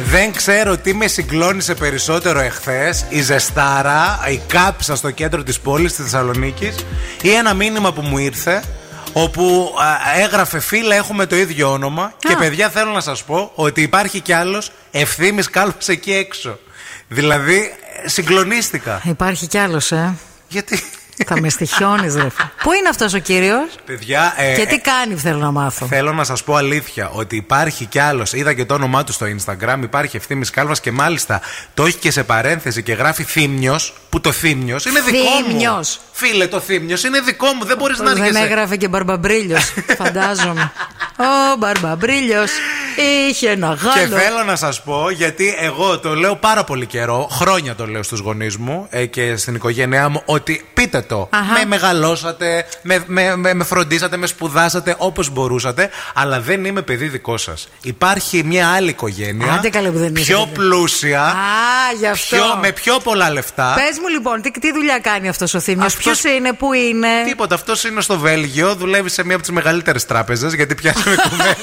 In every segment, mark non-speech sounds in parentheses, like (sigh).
Δεν ξέρω τι με συγκλώνησε περισσότερο εχθές, η ζεστάρα, η κάψα στο κέντρο της πόλης τη Θεσσαλονίκη ή ένα μήνυμα που μου ήρθε όπου α, έγραφε φίλα έχουμε το ίδιο όνομα και παιδιά θέλω να σας πω ότι υπάρχει κι άλλος ευθύμης κάλπας εκεί έξω. Δηλαδή ε, συγκλονίστηκα. Υπάρχει κι άλλος, ε. Γιατί... Θα με στοιχιώνεις, (laughs) ρε. Πού είναι αυτός ο κύριος Παιδιά, ε, και τι ε, κάνει, θέλω να μάθω. Θέλω να σας πω αλήθεια ότι υπάρχει κι άλλος. Είδα και το όνομά του στο Instagram. Υπάρχει ευθύνη Κάλβας και μάλιστα το έχει και σε παρένθεση και γράφει Θύμιος. Που το Θύμιος είναι δικό μου. Θύμιος. Φίλε, το Θύμιος είναι δικό μου. Δεν μπορείς να Δεν έρχεσαι. έγραφε και μπαρμπαμπρίλιος, (laughs) φαντάζομαι. Ο μπαρμπαμπρίλιος είχε ένα Και γάλο. θέλω να σας πω, γιατί εγώ το λέω πάρα πολύ καιρό, χρόνια το λέω στους γονείς μου ε, και στην οικογένειά μου, ότι πείτε το. Αχα. Με μεγαλώσατε, με, με, με, με φροντίσατε, με σπουδάσατε όπως μπορούσατε, αλλά δεν είμαι παιδί δικό σας. Υπάρχει μια άλλη οικογένεια. Άντε καλέ που δεν είσαι πιο παιδί. πλούσια. Α, γι' αυτό. πιο, με πιο πολλά λεφτά. Πες μου λοιπόν, τι, τι δουλειά κάνει αυτός ο Θήμιος, Αυτός- ποιος είναι, πού είναι. Τίποτα. Αυτός είναι στο Βέλγιο, δουλεύει σε μία από τις μεγαλύτερες τράπεζες, γιατί (laughs) πιάσαμε κουβέντα.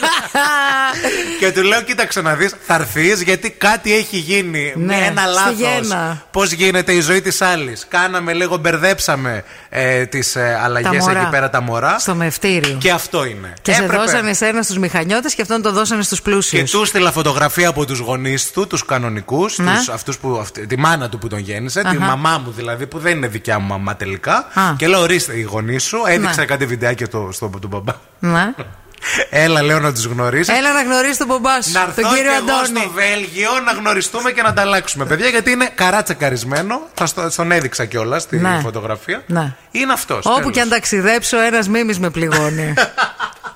Και του λέω, κοίταξε να δεις, θα έρθεις γιατί κάτι έχει γίνει. Ναι, με ένα στη λάθος. γέννα. Πώς γίνεται η ζωή της άλλης. Κάναμε λίγο, μπερδέψαμε ε, τις ε, (laughs) Τα αλλαγέ μωρά. εκεί πέρα τα μωρά. Στο μευτήριο. Και αυτό είναι. Και σε δώσανε εσένα στους μηχανιώτες και αυτόν το δώσανε στους πλούσιους. Και του στείλα φωτογραφία από τους γονείς του, τους κανονικούς, Ναι. αυτούς που, αυτή, τη μάνα του που τον γέννησε, τη Αχα. μαμά μου δηλαδή, που δεν είναι δικιά μου μαμά τελικά. Α. Και λέω, ορίστε οι γονείς σου. Έδειξα Ναι. κάτι βιντεάκι στο, στο, του μπαμπά. Να. Έλα, λέω να τους γνωρίσει. Έλα να γνωρίσει τον μπομπά σου, Να έρθω τον κύριο και εγώ στο Αντώνη. Βέλγιο να γνωριστούμε και να ανταλλάξουμε. Παιδιά, γιατί είναι καρά τσεκαρισμένο. Θα στο, στον έδειξα κιόλας τη Ναι. φωτογραφία. Ναι. Είναι αυτός. Όπου και αν ταξιδέψω, ένας μίμης με (laughs) πληγώνει.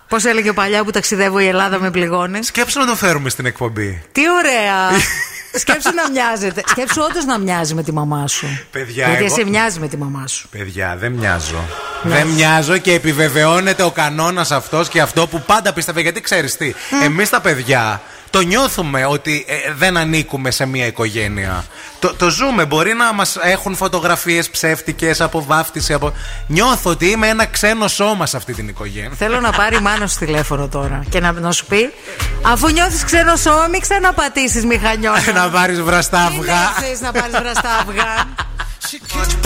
Πώς έλεγε παλιά που ταξιδεύω η Ελλάδα με πληγώνει. Σκέψου να το φέρουμε στην εκπομπή. Τι ωραία! (laughs) Σκέψου να μοιάζεται. Σκέψου όντως να μοιάζει με τη μαμά σου. Παιδιά, Γιατί εγώ- εσύ μοιάζει με τη μαμά σου. Παιδιά, δεν μοιάζω. Ναι. Δεν μοιάζω και επιβεβαιώνεται ο κανόνας αυτός και αυτό που πάντα πίστευε. Γιατί ξέρεις τι, εμείς τα παιδιά το νιώθουμε ότι ε, δεν ανήκουμε σε μια οικογένεια. Το, το ζούμε. Μπορεί να μας έχουν φωτογραφίες ψεύτικες από βάφτιση. Από... Νιώθω ότι είμαι ένα ξένο σώμα σε αυτή την οικογένεια. Θέλω να πάρει μάνο σου τηλέφωνο τώρα και να, να σου πει Αφού νιώθεις ξένο σώμα, μην ξαναπατήσεις μηχανιώνα. να πάρεις βραστά αυγά. Μην να πάρεις (laughs) βραστά αυγά.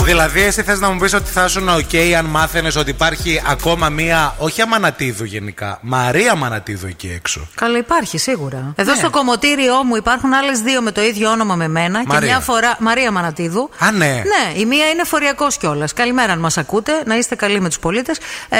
Δηλαδή, εσύ θες να μου πεις ότι θα ήσουν οκ αν μάθαινες ότι υπάρχει ακόμα μία. Όχι Αμανατίδου γενικά. Μαρία Αμανατίδου εκεί έξω. Καλά, υπάρχει σίγουρα. Εδώ Ναι. στο κομμωτήριό μου υπάρχουν άλλες δύο με το ίδιο όνομα με μένα. Και Μαρία. μια φορά. Μαρία Μανατίδου. Α, ναι. Ναι, η μία είναι φοριακός κιόλας. Καλημέρα, αν μας ακούτε. Να είστε καλοί με τους πολίτες. Ε...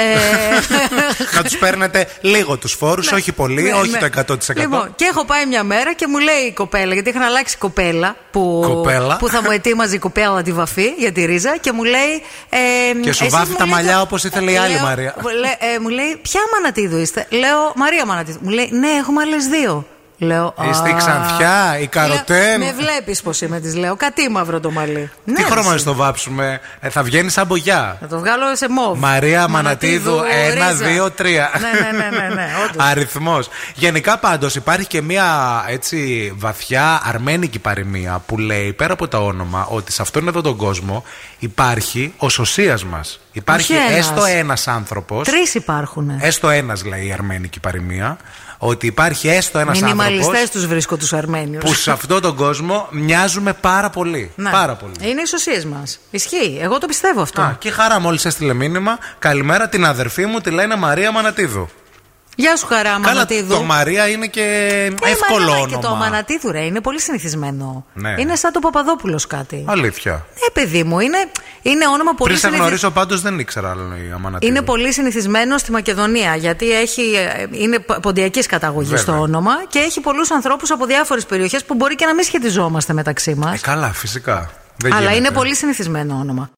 (laughs) να του παίρνετε λίγο τους φόρους, όχι πολύ, Ναι, όχι ναι. το 100%. Λοιπόν, και έχω πάει μια μέρα και μου λέει η κοπέλα, γιατί είχαν αλλάξει κοπέλα που, Κοπέλα. που θα μου ετοίμαζε η κοπέλα τη βαφή για τη ρίζα και μου λέει. Ε, Και σου εσείς βάφει μου τα λέτε- Ε, μαλλιά όπως ήθελε η άλλη Λέω- Μαρία. μου λέ- ε, μου λέει, Ποια μανατίδου είστε. Λέω, Μαρία Μανατίδου. Μου λέει, Ναι, έχουμε άλλες δύο. Λέω, «Α». Είστε η Ξανθιά, η Καροτέν. Λέω, Με βλέπεις πώ είμαι, της λέω. Κατή μαύρο το μαλλί. Ναι, Τι χρώμα να στο βάψουμε, ε, θα βγαίνει σαν μπογιά. Να το βγάλω σε μόβ. Μαρία Μανατίδου, ένα, ρίζα. δύο, τρία. Ναι, ναι, ναι, ναι, (laughs) ναι όντως. Αριθμός. Γενικά πάντως υπάρχει και μια έτσι βαθιά αρμένικη παροιμία που λέει πέρα από τα όνομα ότι σε αυτόν εδώ τον κόσμο υπάρχει ο σωσίας μας. Υπάρχει Όχι ένας. έστω ένας άνθρωπος. Τρεις υπάρχουν. Έστω ένας λέει η αρμένικη παροιμία. Ότι υπάρχει έστω ένας άνθρωπο. Μινιμαλιστέ τους βρίσκω τους Αρμένιους. που σε αυτόν τον κόσμο μοιάζουμε πάρα πολύ. Ναι. Πάρα πολύ. Είναι οι σωσίε μας. Ισχύει. Εγώ το πιστεύω αυτό. Α, και η χαρά μόλις έστειλε μήνυμα. Καλημέρα την αδερφή μου, τη λένε Μαρία Μανατίδου. Γεια σου, χαρά, Μανατίδου. το Μαρία είναι και Ναι, μα εύκολο ναι, όνομα. Και το Μανατίδου, ρε, είναι πολύ συνηθισμένο. Ναι. Είναι σαν το Παπαδόπουλος κάτι. Αλήθεια. Ναι, παιδί μου, είναι, είναι όνομα πολύ Πριν σε συνηθισμένο. γνωρίσω πάντως δεν ήξερα άλλο η Αμανατίδου. Είναι πολύ συνηθισμένο στη Μακεδονία γιατί έχει, ε, είναι ποντιακής καταγωγής Βέβαια. στο όνομα και έχει πολλούς ανθρώπους από διάφορες περιοχές που μπορεί και να μην σχετιζόμαστε μεταξύ μας. Ε, καλά, φυσικά. Δεν αλλά γίνεται. είναι πολύ συνηθισμένο όνομα.